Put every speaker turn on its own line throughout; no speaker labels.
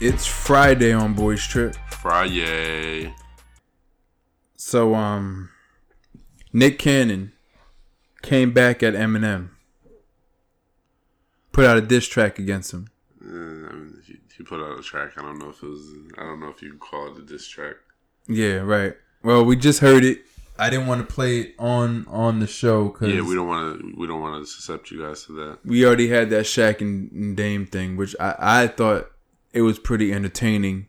It's Friday on Boys Trip.
Friday.
So um Nick Cannon came back at Eminem. Put out a diss track against him.
Uh, I mean, he, he put out a track. I don't know if it was. I don't know if you can call it a diss track.
Yeah, right. Well, we just heard it. I didn't want to play it on on the show because
Yeah, we don't want to. We don't want to suscept you guys to that.
we already had that Shaq and and Dame thing, which I, I thought it was pretty entertaining.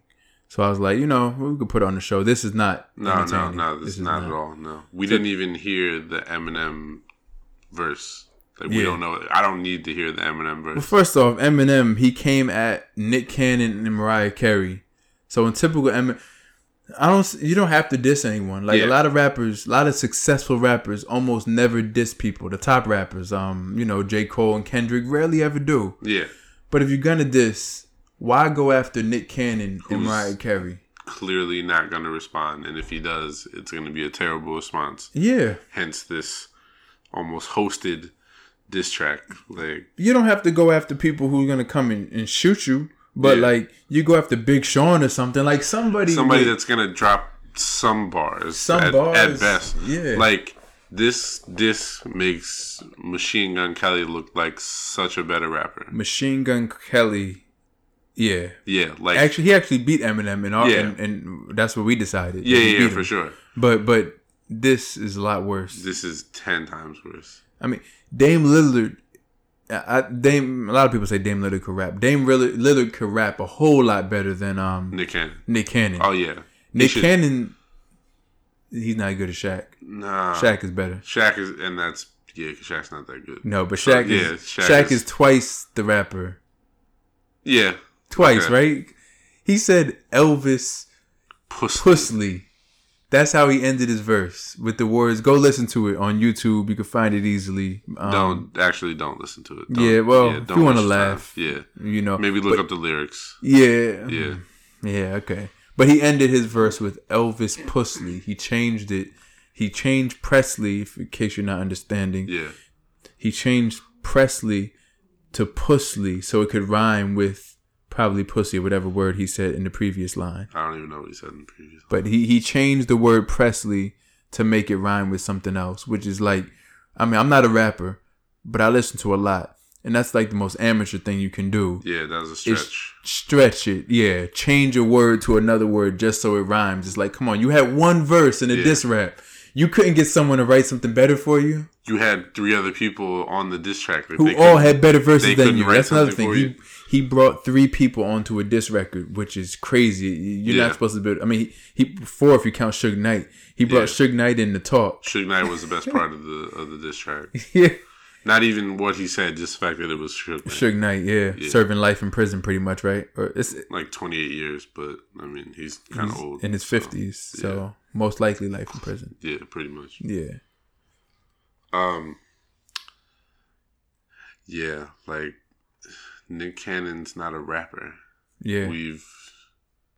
So I was like, you know, we could put on the show. This is not
No, no,
entertaining.
no. This, is not, at all. No, we didn't even hear the Eminem verse. Like we
Yeah.
don't know. I don't need to hear the Eminem
Well,
verse.
first off, Eminem he came at Nick Cannon and Mariah Carey. So in typical Eminem, I don't. s- You don't have to diss anyone. Like a
Yeah.
lot of rappers, a lot of successful rappers almost never diss people. The top rappers, um, you know, J Cole and Kendrick rarely ever do.
Yeah,
But if you're gonna diss, why go after Nick Cannon and
Who's-
Mariah Carey?
clearly not going to respond, and if he does, it's going to be a terrible response.
Yeah,
Hence this almost hosted diss track. Like
you don't have to go after people who are gonna come and, and shoot you. But
Yeah.
like you go after Big Sean or something, like somebody,
somebody
with-
that's going to drop some bars,
Some
at,
bars,
at best.
yeah.
like this. This makes Machine Gun Kelly look like such a better rapper.
Machine Gun Kelly. Yeah,
Yeah, like
actually, he actually beat Eminem, and all,
Yeah.
and, and that's what we decided.
yeah,
He
yeah,
beat
yeah
him.
for sure.
But but this is a lot worse.
This is ten times worse.
I mean, Dame Lillard. I, I- Dame, a lot of people say Dame Lillard could rap. Dame Lillard, Lillard could rap a whole lot better than um
Nick Cannon.
Nick Cannon.
Oh yeah,
Nick
should- Uh-huh.
Cannon, he's not good as Shaq.
nah. Shaq.
Shaq is better.
is, and that's yeah, 'cause Shaq's not that good.
No, but
So,
Shaq
Oh, yeah,
is
Shaq
Shaq
is-
is twice the rapper.
Yeah,
Twice,
Okay.
right? He said Elvis.
puss.
Pussly. That's how he ended his verse with the words. Go listen to it on YouTube. You can find it easily. Um,
don't actually don't listen to it. Don't,
Yeah, well, if you wanna
waste your time.
laugh.
yeah,
you know.
maybe look up the lyrics.
Yeah.
Yeah,
Yeah. Okay. But he ended his verse with Elvis Pussly. He changed it. He changed Presley. if- In case you're not understanding,
yeah,
he changed Presley to Pussly so it could rhyme with probably pussy, whatever word he said in the previous line.
I don't even know what he said in the previous.
But he, he changed the word Presley to make it rhyme with something else, which is like, I mean, I'm not a rapper, but I listen to a lot. And that's like the most amateur thing you can do.
Yeah, that was a
It's-
stretch.
Stretch it, yeah. Change a word to another word just so it rhymes. It's like, come on, you had one verse in a
Yeah.
diss rap. You couldn't get someone to write something better for you,
You had three other people on the diss track. Like,
who
they
all
couldn't-
had better verses
they
than
couldn't
you.
write
That's another
something
thing.
for
He
you.
he brought three people onto a diss record, which is crazy. You're
Yeah.
not supposed to be. I mean, he, he four if you count Suge Knight. He brought
Yeah.
Suge Knight in to talk.
Suge Knight was the best part of the of the diss track.
Yeah.
Not even what he said, just the fact that it was Suge Knight.
Suge Knight, yeah.
Yeah.
serving life in prison, pretty much, right? Or it's
Like twenty eight years, but I mean he's kind of old
in his
so,
fifties, so most likely life in prison.
Yeah, pretty much.
Yeah,
Um. Yeah, like Nick Cannon's not a rapper.
yeah,
We've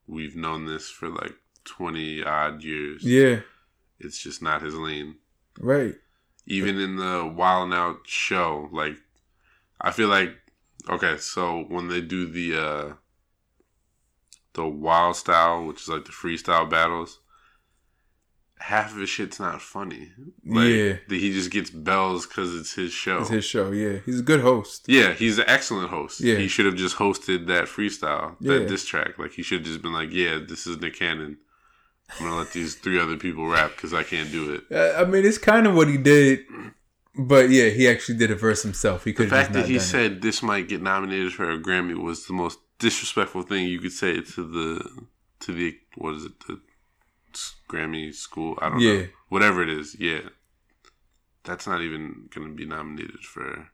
we've known this for like twenty odd years.
yeah,
It's just not his lane.
right.
Even in the Wild and Out show, like I feel like okay, so when they do the uh the wild style, which is like the freestyle battles, half of his shit's not funny. Like, oh.
Yeah.
the- he just gets bells because it's his show.
It's his show. Yeah, he's a good host.
Yeah, he's an excellent host.
Yeah.
He should have just hosted that freestyle,
Yeah.
that diss track. Like, he should have just been like, yeah, this is Nick Cannon. I'm going to let these three other people rap because I can't do it.
I, I mean, it's kind of what he did, but yeah, he actually did a verse himself. He
The
could have
fact
not
that he
done it.
said this might get nominated for a Grammy was the most disrespectful thing you could say to the, to the, what is it, the s- Grammy school? I don't
Yeah.
know. Whatever it is, yeah. That's not even going to be nominated for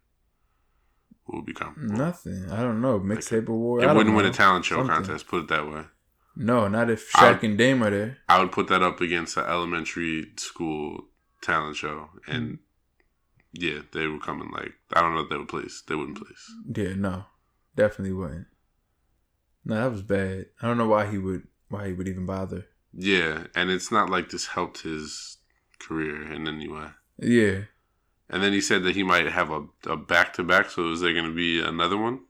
what would be comparable.
nothing. I don't know mixtape award.
It
I don't
wouldn't win
know.
a talent show
Something.
contest, put it that way.
No, not if
I-
Shaq and Dame are there.
I would put that up against an elementary school talent show, and
Mm.
yeah, they would come in like I don't know if they would place. They wouldn't place.
Yeah, no, definitely wouldn't. No, that was bad. I don't know why he would. Why he would even bother.
Yeah, and it's not like this helped his career in any way.
Yeah.
And then he said that he might have a a back to back. So is there going to be another one?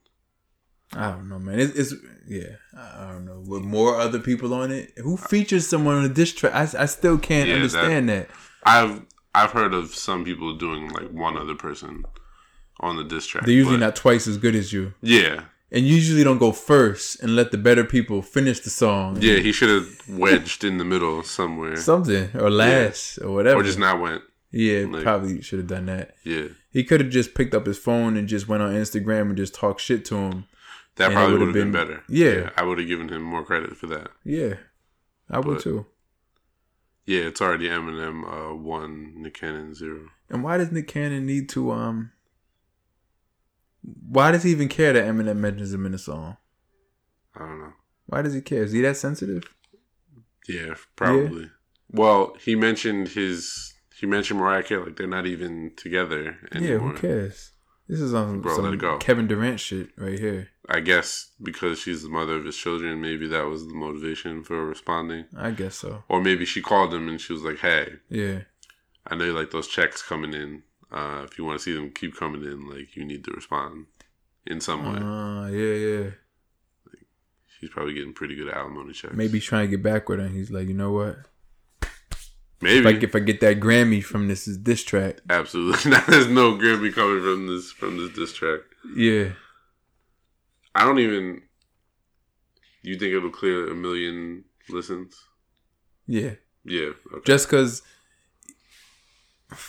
I don't know, man. It's, it's yeah. I I don't know. With more other people on it, who features someone on a diss track? I, I still can't
Yeah, that-
understand that.
I've I've heard of some people doing like one other person on the diss track.
They're usually
but-
not twice as good as you,
Yeah,
and you usually don't go first and let the better people finish the song.
yeah. He should have wedged in the middle somewhere,
something or last or whatever.
or just not went.
yeah,
like-
probably should have done that.
Yeah,
He could have just picked up his phone and just went on Instagram and just talked shit to him.
that
And it
probably
would've
would have been,
been-
better.
yeah.
I would have given him more credit for that.
Yeah, I would
But-
too.
Yeah, it's already Eminem uh, one, Nick Cannon zero.
And why does Nick Cannon need to um? Why does he even care that Eminem mentions him in a song?
I don't know.
Why does he care? Is he that sensitive?
Yeah, probably. Well, he mentioned his. He mentioned Mariah Carey like they're not even together anymore.
Yeah, who cares? This is on
Bro, let it go.
some Kevin Durant shit right here.
I guess because she's the mother of his children, maybe that was the motivation for responding.
I guess so.
Or maybe she called him and she was like, "Hey,
Yeah,
I know you like those checks coming in. Uh, if you want to see them keep coming in, like you need to respond in some way."
uh, yeah, yeah.
She's probably getting pretty good alimony checks.
Maybe he's trying to get backward, and he's like, you know what?
maybe,
If I, if I get that Grammy from this is this track,
absolutely. Now there's no Grammy coming from this from this diss track.
yeah,
I don't even. You think it'll clear a million listens?
yeah.
Yeah. Okay.
Just because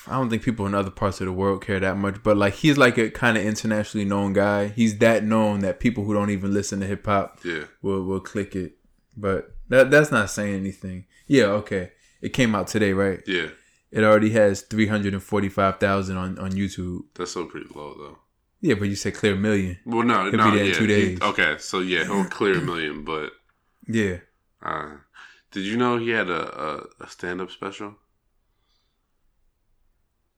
I don't think people in other parts of the world care that much, but like he's like a kind of internationally known guy. He's that known that people who don't even listen to hip hop
Yeah.
we'll we'll click it. But that that's not saying anything. Yeah, okay. It came out today, right?
Yeah.
It already has three hundred and forty five thousand on on YouTube.
That's so pretty low though.
Yeah, but you said clear a million.
Well, no,
He'll
no,
be there in
yeah.
two days.
He, okay, so yeah, he'll clear a million. But
Yeah.
uh, did you know he had a a, a stand up special?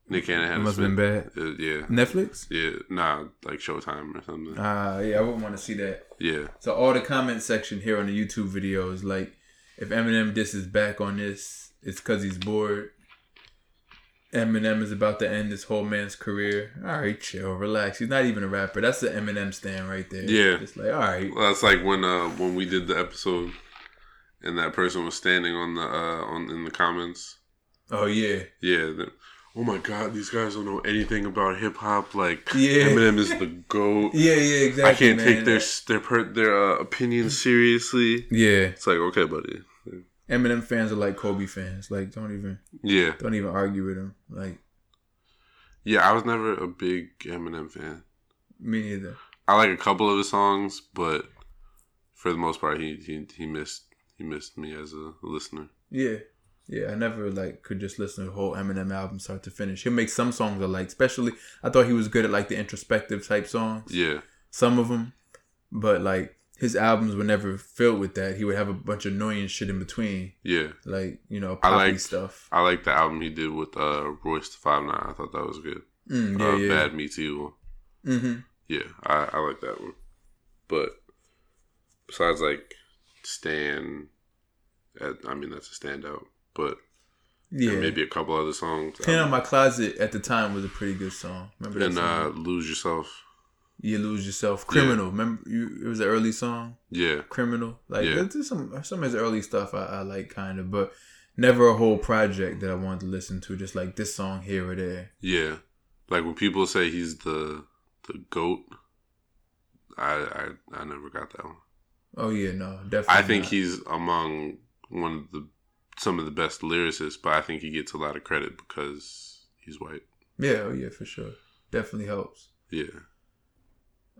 Nick Cannon
It
had. a
must have been
stand-
bad.
Uh, yeah,
Netflix?
yeah, nah, like Showtime or something.
Ah, yeah, I wouldn't want to see that.
yeah,
So all the comment section here on the YouTube video is like, if Eminem disses back on this, it's because he's bored. Eminem is about to end this whole man's career. All right, chill, relax. He's not even a rapper. That's the Eminem stand right there.
Yeah.
It's like, all right,
well, that's like when uh when we did the episode, and that person was standing on the uh on in the comments.
oh yeah,
Yeah. The, Oh my God! These guys don't know anything about hip hop. Like
Yeah.
Eminem is the goat.
Yeah, yeah, exactly.
I can't take
man.
their their per, their uh, opinions seriously.
Yeah,
It's like okay, buddy.
Eminem fans are like Kobe fans. Like, don't even,
Yeah,
don't even argue with him. Like
yeah. I was never a big Eminem fan.
me neither.
I like a couple of his songs, but for the most part, he he, he missed he missed me as a listener.
Yeah, yeah. I never like could just listen to the whole Eminem album start to finish. He'll make some songs I like, especially. I thought he was good at like the introspective type songs.
Yeah,
Some of them, but like his albums were never filled with that. He would have a bunch of annoying shit in between,
yeah.
like you know
I
poppy
liked-
stuff.
I like the album he did with uh Royce the Five Nine. I thought that was good.
Mm,
uh,
yeah,
Bad Me Too. one.
yeah. hmm
Yeah, I, I like that one. But besides like Stan, uh, I mean that's a standout. But
Yeah.
and maybe a couple other songs.
Pain on my closet at the time was a pretty good song. Remember that
and
song?
uh, lose yourself.
You lose yourself. Criminal. Remember, you, it was an early song.
Yeah,
Criminal. Like
Yeah.
there's, there's some some of his early stuff I, I like kind of, but never a whole project that I wanted to listen to. Just like this song here or there.
yeah. Like when people say he's the the goat, I I, I never got that one.
Oh yeah, no, definitely.
I think
not.
he's among one of the some of the best lyricists, but I think he gets a lot of credit because he's white.
Yeah, oh yeah, for sure. Definitely helps.
Yeah,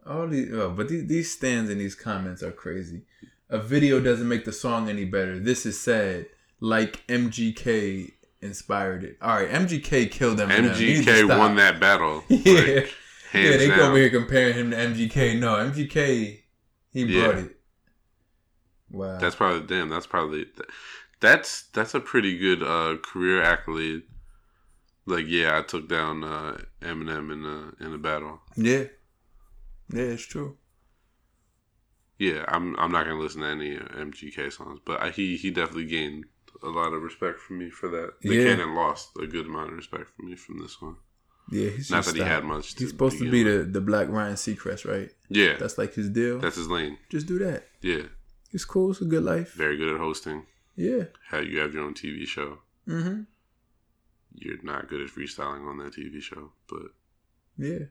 All these, oh, but these, these stands and these comments are crazy. A video doesn't make the song any better. This is sad. Like MGK inspired it. All right, MGK killed them.
MGK won that battle.
Yeah.
like, hands
yeah, they
down.
go over here comparing him to MGK. No, MGK, he
Yeah.
brought it. Wow.
That's probably damn. That's probably that's that's a pretty good uh, career accolade. Like yeah, I took down uh, Eminem in a in a battle.
yeah, yeah, it's true.
Yeah, I'm I'm not gonna listen to any MGK songs, but I, he he definitely gained a lot of respect from me for that. The
Yeah.
Cannon lost a good amount of respect from me from this one.
Yeah, he's
Not that he had much.
He's supposed to be
begin
the, the black Ryan Seacrest, right?
with. Yeah,
That's like his deal.
that's his lane.
Just do that.
Yeah,
It's cool. It's a good life.
very good at hosting.
Yeah.
How you have your own TV show.
Mm-hmm.
You're not good at freestyling on that TV show, but
Yeah.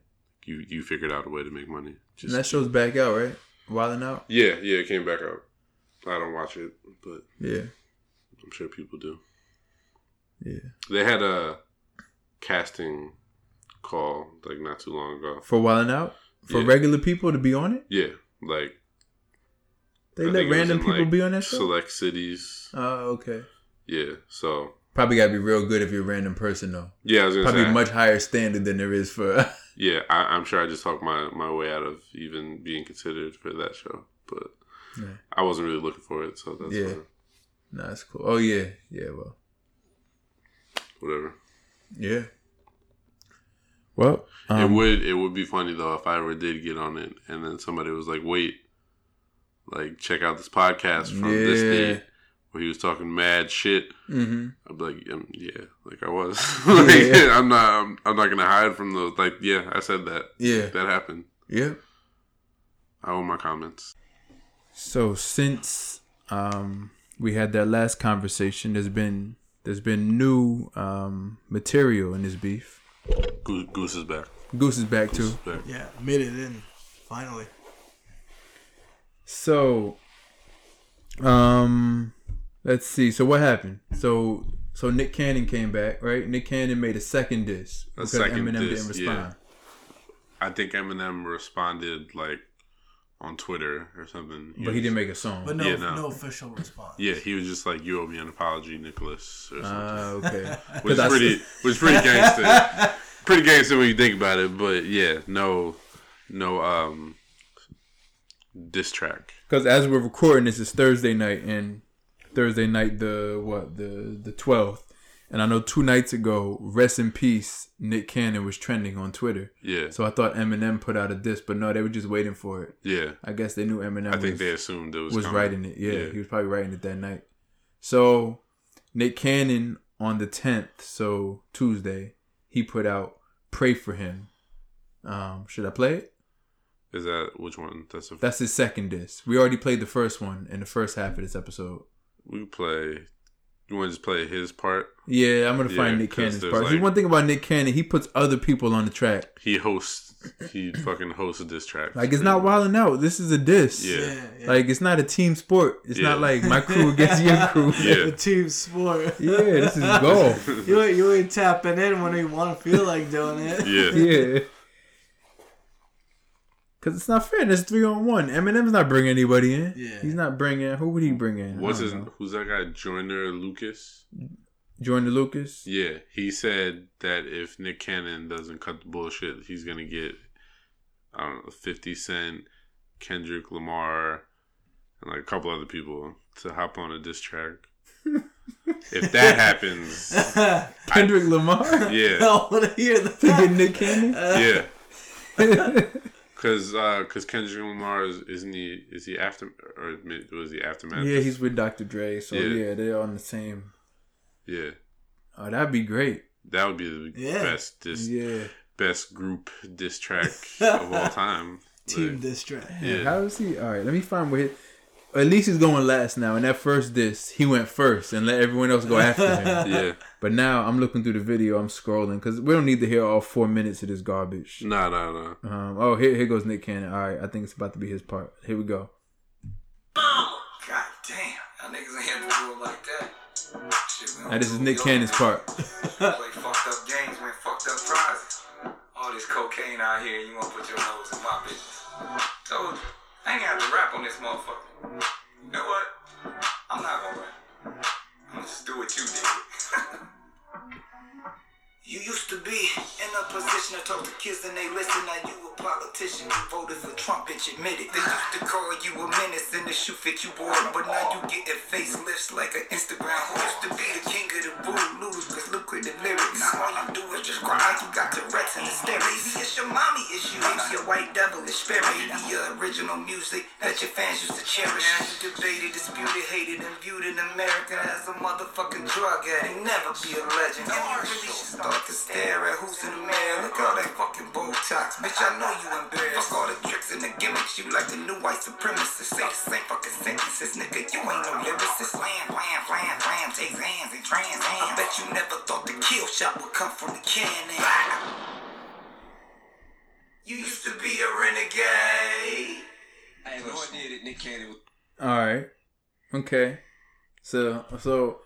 you you figured out a way to make money.
And that show's back out, right? Wilding out.
yeah, yeah, it came back out. I don't watch it, but
Yeah.
I'm sure people do.
Yeah.
They had a casting call like not too long ago.
For Wilding out, for
Yeah.
regular people to be on it,
Yeah, like
they
I
let
think it was
random
in,
people
like,
be on that show.
select cities.
Oh, okay.
Yeah, so
Probably gotta be real good if you're a random person though.
yeah, I was gonna
Probably
say.
much higher standard than there is for.
yeah, I, I'm sure I just talked my my way out of even being considered for that show, but
Yeah.
I wasn't really looking for it, so that's
Yeah.
fine.
nah, that's cool. Oh yeah, yeah. Well,
whatever.
yeah. Well, um,
it would it would be funny though if I ever did get on it and then somebody was like, Wait, like check out this podcast from this
Yeah.
day where he was talking mad shit.
hmm
I'd be like, um, yeah, like I was. like,
Yeah.
I'm not I'm, I'm not gonna hide from those like yeah, I said that.
Yeah.
That happened.
Yeah.
I owe my comments.
So since um, we had that last conversation, there's been there's been new um, material in this beef.
Goose, Goose is back.
Goose is back too.
Back.
Yeah, made it in finally.
So, um, let's see. So what happened? So so Nick Cannon came back, right? Nick Cannon made a second diss because
second
Eminem
diss,
didn't respond.
I think Eminem responded like on Twitter or something.
But he
was-
didn't make a song.
But no,
Yeah, no.
no official response.
Yeah, he was just like, "You owe me an apology, Nicholas," or something.
Ah, okay.
which
'Cause I
is pretty, which is pretty gangster, pretty gangster when you think about it. But yeah, no, no, um, diss track.
Because as we're recording this, it's Thursday night, and Thursday night the what the the twelfth, and I know two nights ago, rest in peace, Nick Cannon was trending on Twitter.
Yeah,
So I thought Eminem put out a diss, but no, they were just waiting for it.
yeah.
I guess they knew Eminem
I think
was,
they assumed it was
was
coming.
writing it. Yeah,
Yeah.
he was probably writing it that night. So Nick Cannon on the tenth, so Tuesday, he put out "Pray for Him." Um, should I play it?
Is that which one? That's a
That's his second disc. We already played the first one in the first half of this episode.
we could play. You want to just play his part?
Yeah, I'm gonna
Yeah,
find Nick
'cause
Cannon's
there's
part. See,
like-
one thing about Nick Cannon, he puts other people on the track.
He hosts. He fucking hosts a diss track.
Like it's not wilding out. This is a diss.
Yeah.
Like it's not a team sport. It's
Yeah.
not like my crew against your crew.
Yeah.
the team sport.
Yeah, this is golf.
you ain't, you ain't tapping in when you want to feel like doing it.
Yeah.
yeah. Cause it's not fair. It's three on one. Eminem's not bringing anybody in.
Yeah.
He's not bringing. Who would he bring in?
What's
I
his?
don't know.
Who's that guy? Joyner Lucas.
Jordan Lucas?
Yeah, he said that if Nick Cannon doesn't cut the bullshit, he's gonna get I don't know, Fifty Cent, Kendrick Lamar, and like a couple other people to hop on a diss track. if that happens,
Kendrick Lamar.
yeah,
I want to hear the
to get Nick Cannon.
yeah, because because Kendrick Lamar is isn't he is he after or mid- was he aftermath?
yeah, he's with Dr. Dre. So
Yeah.
yeah, they're on the same.
yeah.
Oh, that'd be great.
That would be the
Yeah.
best diss,
Yeah.
best group diss track of all time.
team
Like,
distract.
Yeah.
Yeah.
How is he? All right, let me find where. He, at least he's going last now. In that first disc, he went first and let everyone else go after him.
yeah.
But now I'm looking through the video. I'm scrolling because we don't need to hear all four minutes of this garbage.
No, no, no.
Um, oh, here, here goes Nick Cannon. All right, I think it's about to be his part. Here we go.
God damn, y'all niggas ain't had to do it like that. Shit, we don't
Now this is
do it,
Nick
yo.
Cannon's part.
Play fucked up games, win fucked up prizes. All this cocaine out here, you wanna put your nose in my business. Told you, I ain't got to rap on this motherfucker. You know what? I'm not gonna rap. I'm gonna just do what you did. You used to be in a position to talk to kids and they listen. Now you a politician. You voted for Trump, bitch, admit it. They used to call you a were menace in the shoe fit you wore, but now you getting facelifts like an Instagram horse. To be the king of the bull noodles, cause lucrative lyrics. Now all you do is just cry, you got the rats and the stairs. Maybe it's your mommy issue, maybe your white devilish spirit, maybe your original music that your fans used to cherish. Now you debated, disputed, hated, and viewed an American as a motherfucking drug addict. Never be a legend. And you really should start to stare at who's in the mirror. Look at all that fucking Botox, bitch, I know you embarrassed. Fuck all the tricks and the gimmicks, you like the new white supremacist. Say the same fucking sentences, nigga, you ain't no lyricist. Slam, slam, slam, slam, takes hands and trans hands. I bet you never thought the kill shot would come from the cannon. You used to be a renegade. Hey, Lord did it, Nick Cannon.
All right. Okay. So so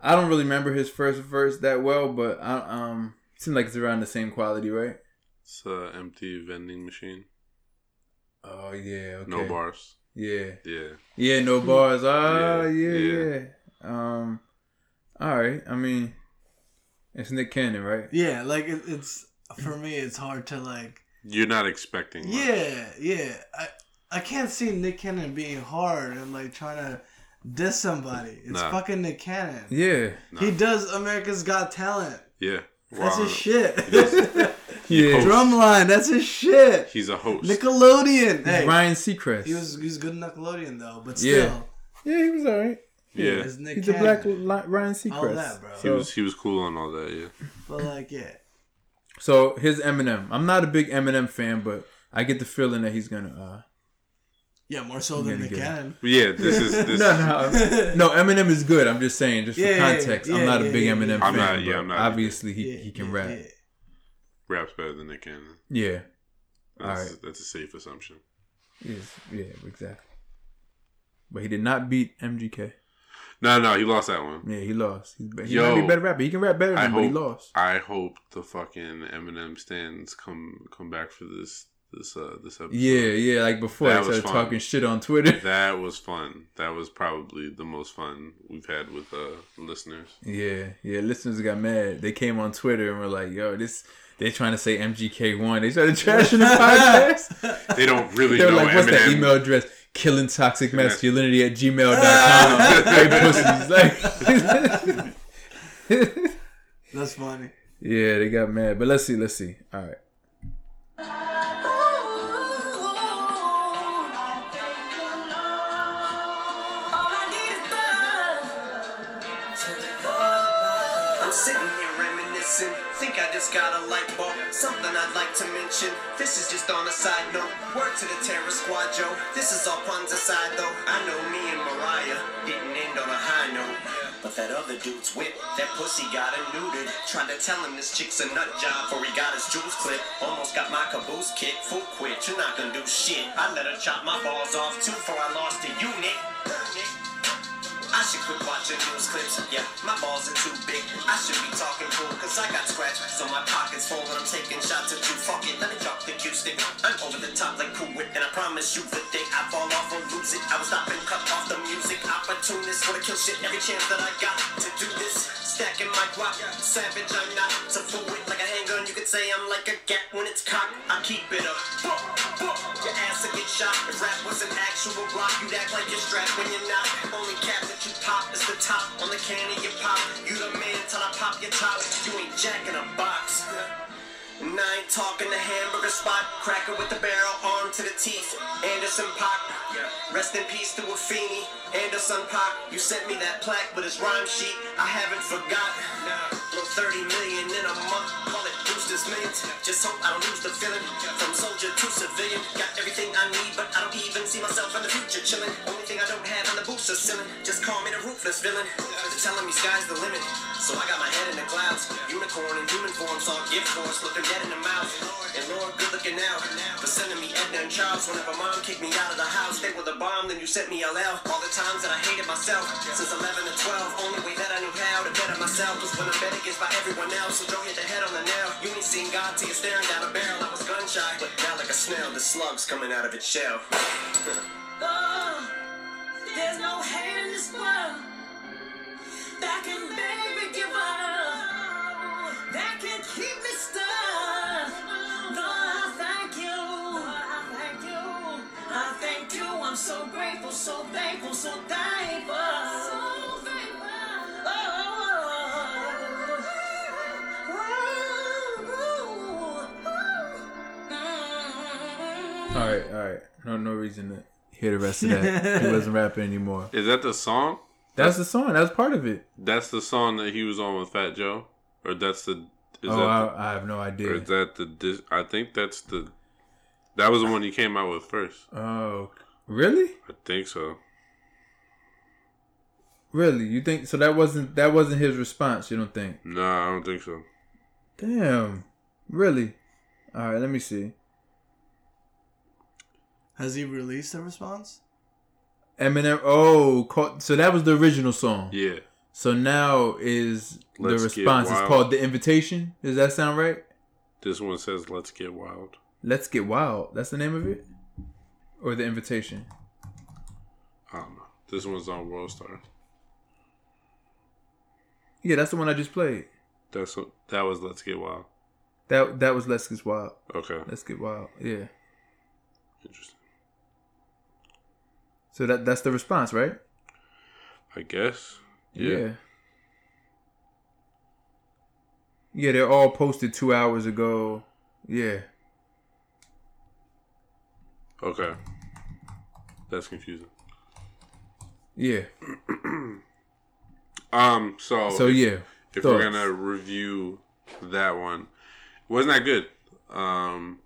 I don't really remember his first verse that well, but I um seems like it's around the same quality, right?
It's an empty vending machine.
Oh yeah. Okay.
No bars.
Yeah.
Yeah.
Yeah. No bars. Ah.
Yeah,
Yeah. Yeah.
yeah.
Um. All right. I mean, it's Nick Cannon, right?
Yeah, like it, it's for me, it's hard to like.
You're not expecting much.
Yeah, yeah. I I can't see Nick Cannon being hard and like trying to diss somebody. It's
Nah.
fucking Nick Cannon.
Yeah.
He does America's Got Talent.
Yeah.
That's
Wow.
his shit.
Yeah.
Host.
Drumline, that's his shit.
He's a host.
Nickelodeon. Hey,
Ryan Seacrest.
he was he was good in Nickelodeon though, but
Yeah.
still,
Yeah, he was all right.
yeah.
it's Nick
He's a
Cannon.
black li- Ryan Seacrest.
All that, bro.
He
So,
was he was cool on all that, yeah.
But like, yeah,
so his Eminem. I'm not a big Eminem fan, but I get the feeling that he's gonna. uh,
yeah, more so than
gonna
Nick
get it.
Cannon.
But yeah, this is
Uh,
this
no, no, no. Eminem is good. I'm just saying, just
Yeah,
for
yeah,
context,
yeah,
I'm not
yeah,
a big
yeah,
Eminem
yeah.
fan.
I'm not- yeah,
but
I'm not either.
Obviously, he,
yeah,
he can
yeah,
rap.
yeah.
rap's better than Nick Cannon.
Yeah.
That's,
Alright.
that's a safe assumption.
Yes, yeah, exactly. But he did not beat MGK.
No, no, he lost that one.
Yeah, he lost. He's, be- he
Yo,
might be a better rapper. He can rap better than
I
him, but he
hope-
lost.
I hope the fucking Eminem stands come come back for this this uh this episode.
Yeah, yeah. Like before,
That
I started
was fun.
talking shit on Twitter.
That was fun. That was probably the most fun we've had with uh listeners.
Yeah, yeah. Listeners got mad. They came on Twitter and were like, "Yo, this." They're trying to say MGK one. They started trashing the podcast.
They don't really
they were
know
like, "What's that
Eminem.
email address? Killing toxic masculinity at gmail.com." They pussies. Like,
That's funny.
yeah, they got mad. But let's see. Let's see. All right.
I'm sitting here reminiscing. Think I just got a light bulb. Something I'd like to mention. This is just on a side note. Word to the terror squad, yo. This is all puns aside, though. I know me and Mariah didn't end on a high note. But that other dude's whip, that pussy got him neutered. Tried to tell him this chick's a nut job before he got his jewels clipped. Almost got my caboose kicked. Fool quit, you're not gonna do shit. I let her chop my balls off too before I lost the unit. I should quit watching news clips. Yeah, my balls are too big. I should be talking cool, cause I got scratches. So my pocket's full and I'm taking shots at you. Fuck it, let me drop the cue stick. I'm over the top like cool whip, and I promise you for dick. I fall off or lose it. I was stopping, cut off the music. Opportunists wanna kill shit every chance that I got to do this. Stacking my guap, savage, I'm not. So fluid like a handgun, you could say I'm like a gat when it's cocked. I keep it up. Boom, boom. Your ass will get shot. If rap was an actual block, you'd act like you're strapped when you're not. Only cap that you pop is the top on the can of your pop. You the man till I pop your top. You ain't jack in a box. And I ain't talking the hamburger spot. Cracker with the barrel, arm to the teeth. Anderson Pop. Rest in peace to Wafini. Anderson Pop. You sent me that plaque with his rhyme sheet. I haven't forgot. Blow 30 million in a month. Call it Brewster's Millions. Just hope I don't lose the feeling. From soldier to civilian. Got everything I need, but I don't even see myself in the future chilling. Only thing I don't have in the boots is ceiling. Just call me the ruthless villain. They're telling me sky's the limit. So I got my head in the clouds. Unicorn in human form, saw gift force, looking dead in the mouth. And Lord, good looking now. For sending me Edna and Charles. Whenever mom kicked me out of the house, they were the bomb, then you sent me LL. All the times that I hated myself. Since 11 to 12, only way that I knew how to better myself was when I'm bet against by everyone else. So don't hit the head on the nail. You ain't seen God till you're staring down a barrel. I was gun shy, but now like a snail, the slug's coming out of its shell.
Uh, There's no hate in this world that can make me give up, that can keep me stuck. Lord, I thank you. I thank you. I thank you. I'm so so grateful, so thankful, so thankful. So thankful. Oh. Mm-hmm.
All right, all right. No, no reason to hear the rest of that. he wasn't rapping anymore.
Is that the song?
That's the song. That's part of it.
That's the song that he was on with Fat Joe, or that's the. Is
oh,
that
I,
the,
I have no
Or
idea.
is that the? dis- I think that's the. That was the one he came out with first.
oh, really?
I think so.
Really? You think so? That wasn't that wasn't his response. You don't think?
No, I don't think so.
Damn. Really? All right. Let me see.
Has he released a response?
Eminem. Oh, called, so that was the original song.
Yeah,
So now is
Let's
the
Get
response is
Wild.
called the invitation? Does that sound right?
this one says "Let's Get Wild."
Let's get wild. That's the name of it, or the invitation?
I don't know. This one's on World Star.
Yeah, that's the one I just played.
That's what- that was "Let's Get Wild."
That that was Let's Get Wild.
Okay,
Let's Get Wild. Yeah.
interesting.
So that that's the response, right?
I guess. Yeah.
Yeah, Yeah, they're all posted two hours ago. Yeah.
Okay. That's confusing.
Yeah.
Um. So.
So yeah.
if
Thoughts?
we're gonna review that one, wasn't that good? Um.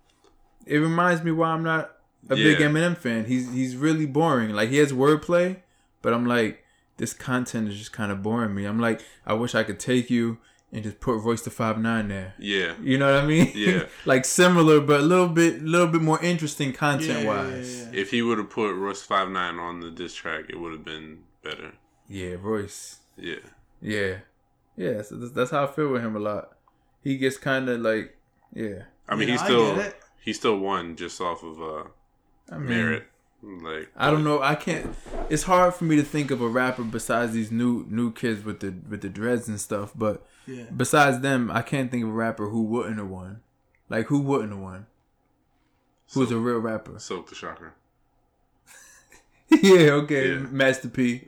It reminds me why I'm not a big
Yeah.
Eminem fan. He's he's really boring. Like he has wordplay, but I'm like, this content is just kind of boring me. I'm like, I wish I could take you and just put Royce to Five Nine there.
Yeah.
You know what I mean?
Yeah.
like similar, but a little bit, little bit more interesting
Yeah,
content
yeah,
wise.
yeah, yeah.
If he would have put Russ Five Nine on the diss track, it would have been better.
yeah, Royce.
Yeah.
Yeah, yeah. So that's, that's how I feel with him a lot. He gets kind of like, yeah.
I mean,
Yeah,
he
I
still
get it.
he still won just off of uh,
I mean,
merit. Like
I don't know. I can't. It's hard for me to think of a rapper besides these new new kids with the with the dreads and stuff. But
Yeah.
besides them, I can't think of a rapper who wouldn't have won. Like who wouldn't have won? Who's a real rapper?
Silk the Shocker.
yeah. Okay.
Yeah.
Master P.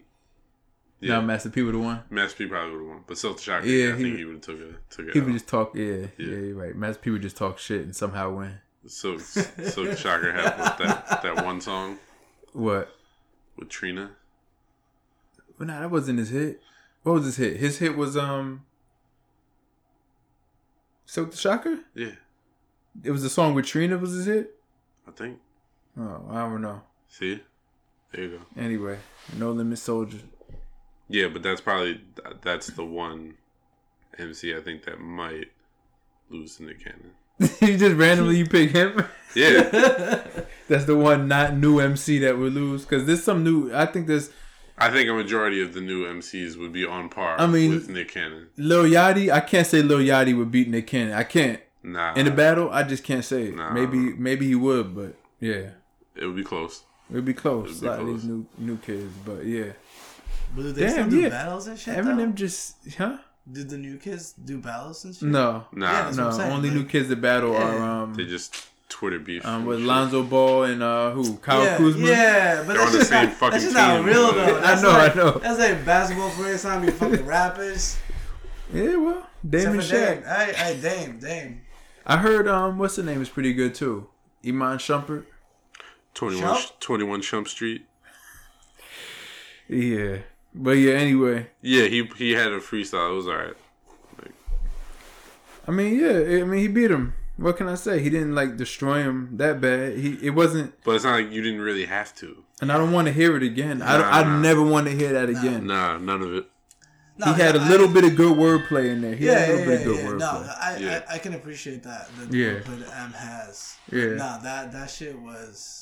Yeah.
No, Master P would have won.
Mass P probably would have won, but Silk the Shocker.
Yeah,
Yeah, I
he
think
would-
he would have took it. Took it.
He
out.
would just talk. Yeah. Yeah.
Yeah.
You're right. Master P would just talk shit and somehow win.
Silk Silk the Shocker had what, that that one song
What?
with Trina.
Well, nah, that wasn't his hit. What was his hit? His hit was um, Silk the Shocker.
Yeah,
It was the song with Trina. Was his hit?
I think.
Oh, I don't know.
See, there you go.
Anyway, No Limit Soldier.
Yeah, but that's probably th- that's the one MC I think that might lose to Nick Cannon.
you just randomly you pick him.
Yeah,
That's the one not new MC that would lose because there's some new. I think there's
I think a majority of the new MCs would be on par.
I mean-
with Nick Cannon.
Lil Yachty. I can't say Lil Yachty would beat Nick Cannon. I can't
Nah,
in the battle. I just can't say it.
Uh, Nah.
Maybe maybe he would, but yeah,
it would be close.
it'd be close.
It'd be
a lot of
close.
these new new kids, but yeah.
But do they
Damn,
still do
yeah.
battles and shit?
Eminem
Though?
just huh?
Did the new kids do battles and shit?
No,
Nah,
Yeah, that's
no.
what I'm saying,
only
like-
new kids that battle are
they
um,
just Twitter beef.
um
and
with
shit.
Lonzo Ball and uh who Kyle
yeah,
Kuzma.
yeah,
on
but that's
the
just,
same
not,
fucking
that's just not
team,
real
but-
though.
I
That's
know, I
like,
know.
That's like basketball players trying to be fucking rappers.
Yeah, well, Dame
Except
and
for Dame.
Shaq.
I, I, Dame, Dame.
I heard um what's the name is pretty good too. Iman Shumpert.
21,
Shump?
21 Shump Street.
Yeah. But yeah, anyway.
Yeah, he he had a freestyle. It was all right.
I mean, yeah, I mean he beat him. What can I say? He didn't like destroy him that bad. He it wasn't
But it's not like you didn't really have to.
and I don't want to hear it again. I don't,
Nah,
I
nah.
never want to hear that again.
Nah, none of it.
No,
He had a
I-
little bit of good wordplay in there. He
Yeah,
had a
yeah,
little bit
yeah,
of good
yeah. No,
wordplay.
I,
Yeah.
I, I can appreciate that. That
Yeah.
yeah. But M has.
Yeah.
Nah, that that shit was.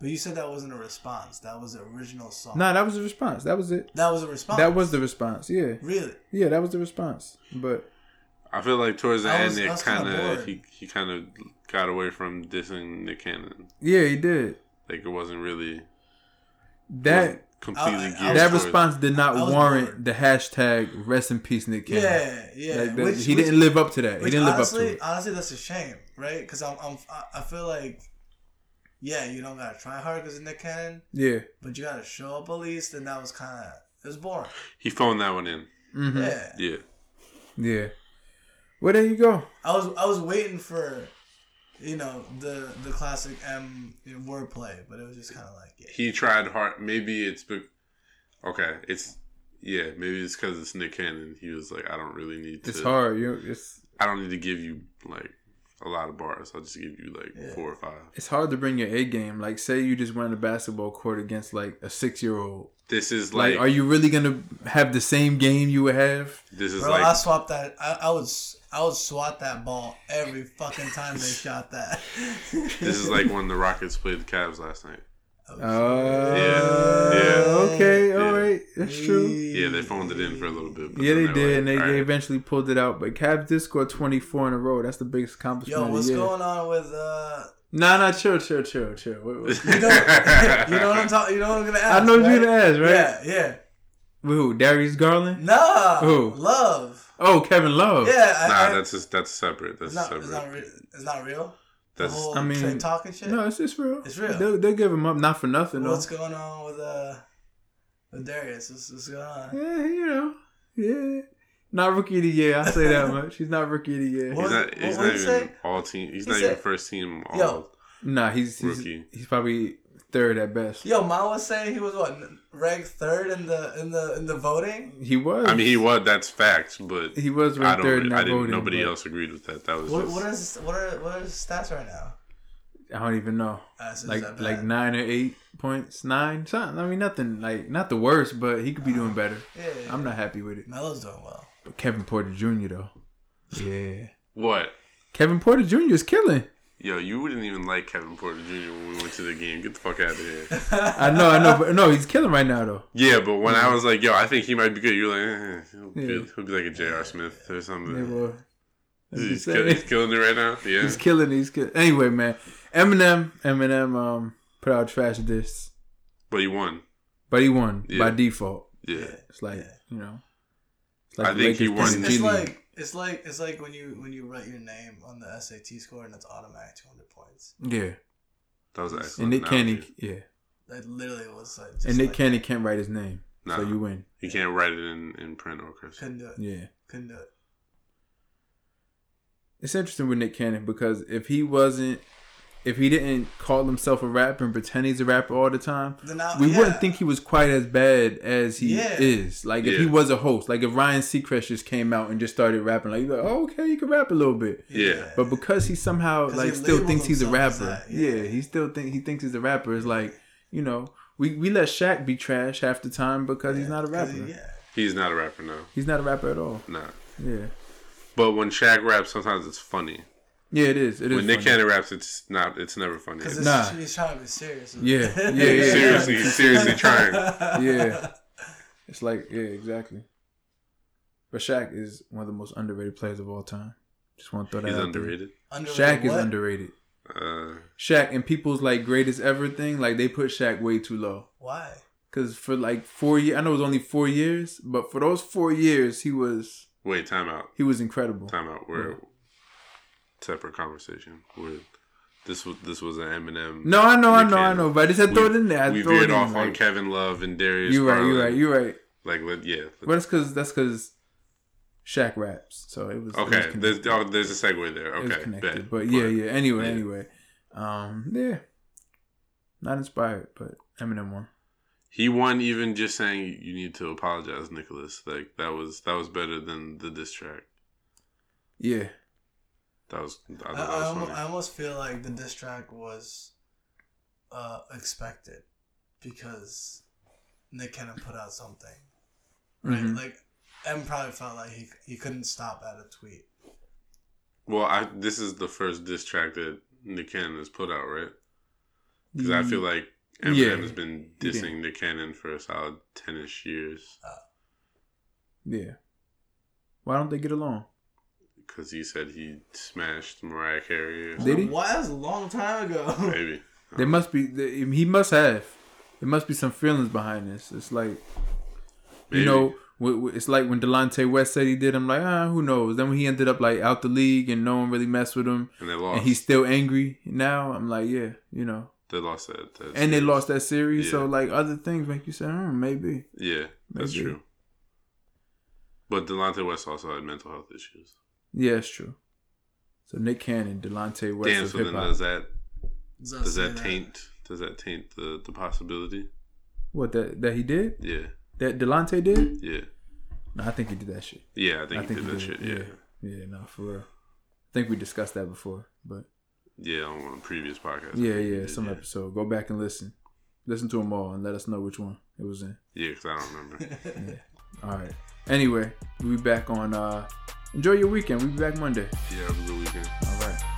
But you said that wasn't a response. That was the original song.
Nah, that was the response. That was it.
That was a response.
That was the response. Yeah.
really.
Yeah, that was the response. But
I feel like towards the
I
end,
was- I
it
was kinda
kind of
bored.
he he kind of got away from dissing Nick Cannon.
yeah, he did.
Like it wasn't really
That
wasn't completely
I- I-
geared.
was
that
towards-
response did not
I was
warrant
bored.
the hashtag rest in peace Nick Cannon.
Yeah, yeah.
Like that,
Which-
he
which-
didn't live up to that. He
Which
didn't live
honestly, uh,
up to it.
Honestly, that's a shame, right? Because I'm, I'm, I- I feel like yeah, you don't gotta try hard because of Nick Cannon,
Yeah.
but you gotta show up at least. And that was kind of it was boring.
He phoned that one in.
hmm Yeah.
Yeah,
Yeah.
Well, there you go.
I was I was waiting for, you know, the the classic M wordplay, but it was just kind of like yeah.
He tried hard. Maybe it's. Be- okay. It's. Yeah. Maybe it's because it's Nick Cannon. He was like, I don't really need to.
It's hard. You. It's
I don't need to give you, like, a lot of bars. I'll just give you, like,
Yeah.
four or five.
it's hard to bring your A game. Like, say you just went on a basketball court against like a six year old.
This is
Like,
like.
are you really gonna have the same game you would have?
This is
Bro,
like.
I swapped that. I, I would s- I would swat that ball every fucking time they shot that.
This is like when the Rockets played the Cavs last night.
Oh.
Yeah. Yeah.
Okay. All
Yeah.
right. That's true.
Yeah, they phoned it in for a little bit. but
Yeah,
then
they
were
did, and they,
like,
they
"All right."
eventually pulled it out. But Cavs did score twenty four in a row. That's the biggest accomplishment.
Yo,
of
what's
the year.
going on with uh?
Nah, nah, chill, chill, chill, chill. Wait, wait.
You know, you know what I'm talking. You know what I'm gonna ask.
I know
right?
you're gonna ask, right?
Yeah, yeah.
Who? Darius Garland?
Nah,
Who?
love.
Oh, Kevin Love.
Yeah, I,
Nah,
I,
that's just that's separate. That's
it's not.
separate.
It's not, re- it's not real. The
that's
whole
I mean,
Trey talking shit.
No, it's it's real.
It's real.
They'll, they'll give him up, not for nothing. Though.
What's going on with uh with Darius? What's, what's going on?
Yeah, you know, yeah. Not rookie of the year. I say that much. He's not rookie of the year.
What-
he's not he's
what
not
did
even
he say?
all team. He's
He
not even
said-
first team all.
Yo.
Nah, he's he's,
Rookie.
he's probably third at best.
Yo, Ma was saying he was what ranked third in the in the in the voting.
He was.
I mean, he was. That's facts, but
he was
I
ranked
don't.
third. in
Really, I
that
didn't.
voting,
nobody
but
else agreed with that. That was
What
just,
what is what are what are his stats right now?
I don't even know.
Uh, so it's
Like
not bad.
like nine or eight points, nine something. I mean, nothing. Like not the worst, but he could be doing better.
Yeah,
I'm not happy with it.
Melo's doing well.
But Kevin Porter Jr. though. Yeah.
what.
Kevin Porter Jr. is killing.
Yo, you wouldn't even like Kevin Porter Jr. when we went to the game. Get the fuck out of here.
I know, I know, but no, he's killing right now though.
Yeah, but when I was like, yo, I think he might be good. You're like, eh, he'll,
Yeah.
be, he'll be like a J.R. Smith or
Yeah,
something.
boy. That's
he's,
what
kill-
I'm
he's
saying.
killing it right now. Yeah,
He's killing. He's killing. Anyway, man, Eminem, Eminem, um, put out trash discs,
but he won.
but he won
Yeah.
by default.
Yeah,
It's like
Yeah.
you know, it's
I think
Lakers
he won.
It's,
playing
it's
G League.
like it's like it's like when you when you write your name on the SAT score and it's automatic 200 points.
yeah,
that was an excellent.
and Nick Cannon,
analogy.
yeah,
That literally was like. Just
and Nick
like,
Cannon can't write his name,
Nah.
so you win.
You can't write it in, in print or cursive.
couldn't do it.
Yeah,
Couldn't do it.
it's interesting with Nick Cannon because if he wasn't, if he didn't call himself a rapper and pretend he's a rapper all the time,
Then I,
we
yeah.
wouldn't think he was quite as bad as he
Yeah.
is. Like if
Yeah.
he was a host, like if Ryan Seacrest just came out and just started rapping, like, you're like oh, okay, you can rap a little bit.
Yeah.
But because he somehow
'Cause
like
he
still
labeled
thinks he's a
himself as
rapper,
that,
yeah.
yeah.
he still think he thinks he's a rapper. It's like you know, we we let Shaq be trash half the time because he's not a
'Cause
rapper.
he- yeah.
He's not a rapper, no.
He's not a rapper at all.
Nah.
Yeah,
But when Shaq raps, sometimes it's funny.
yeah, it is. It is.
when Nick
funny.
Cannon raps, it's not. It's never funny.
Because
It's-
Nah.
he's trying to be serious.
Yeah, yeah, yeah.
seriously, he's seriously trying.
yeah, it's like yeah, exactly. But Shaq is one of the most underrated players of all time. Just want to throw that
He's
out there.
underrated.
Shaq is
what?
underrated.
Uh,
Shaq and people's like greatest ever thing, like they put Shaq way too low.
Why?
Cause for like four years, I know it was only four years, but for those four years, he was
wait, time out.
he was incredible.
Time out. We're
Mm-hmm.
separate conversation. We're this was this was an Eminem.
No, I know, I
Nick
know, I
Cannon.
know, but I just had to
We-
throw it in there. I
we
throw it
veered
in.
off
like,
on Kevin Love and Darius.
you right, you
Garland.
right, you right.
Like, let- yeah.
But that's cause that's cause Shaq raps, so it was it was
Okay,
connected.
there's oh, there's a segue there.
It was
Okay,
connected.
bet.
But yeah, yeah. Anyway,
yeah.
anyway, um, yeah, not inspired, but Eminem won.
He won even just saying you need to apologize, Nicholas. Like that was that was better than the diss track.
Yeah,
That was I
I,
thought
I,
Uh,
that was
almost, I
funny.
almost feel like the diss track was uh, expected because Nick Cannon put out something. Right?
Mhm.
Like, M probably felt like he, he couldn't stop at a tweet.
Well, I this is the first diss track that Nick Cannon has put out, right? Because I feel like Eminem
Mm, Yeah.
has been
He
dissing Nick Cannon for a solid ten-ish years
yeah. Why don't they get along?
because he said he smashed Mariah Carey. Or
Did he?
Why? That was a long time ago.
Maybe.
There must be. there- He must have. There must be some feelings behind this. It's like,
Maybe.
you know, w- w- it's like when Delonte West said he did. I'm like, ah, who knows? Then when he ended up like out the league and no one really messed with him,
and they lost.
and he's still angry now. I'm like, yeah, you know,
They lost that. that
and they
series.
lost that series. So
Yeah.
like other things make you say, hmm, maybe.
Yeah, that's
Maybe.
true. But Delonte West also had mental health issues.
Yeah, it's true. So Nick Cannon, Delonte West
Damn.
of
So
hip
then
hop.
does that
Does
does that taint does that taint the the possibility?
What that that he did?
Yeah.
That Delonte did?
Yeah.
No, I think he did that shit.
Yeah. I think
I
he
think he
did that
did,
shit. Yeah.
Yeah, no, for real. I think we discussed that before, but
Yeah. On one of the previous podcasts. I
yeah,
think he
yeah,
did,
some episode. Go back and listen, listen to them all, and let us know which one it was in.
Yeah, because I don't remember.
All right. Anyway, we'll be back on. uh Enjoy your weekend. We'll be back Monday.
yeah, it was a weekend.
All right.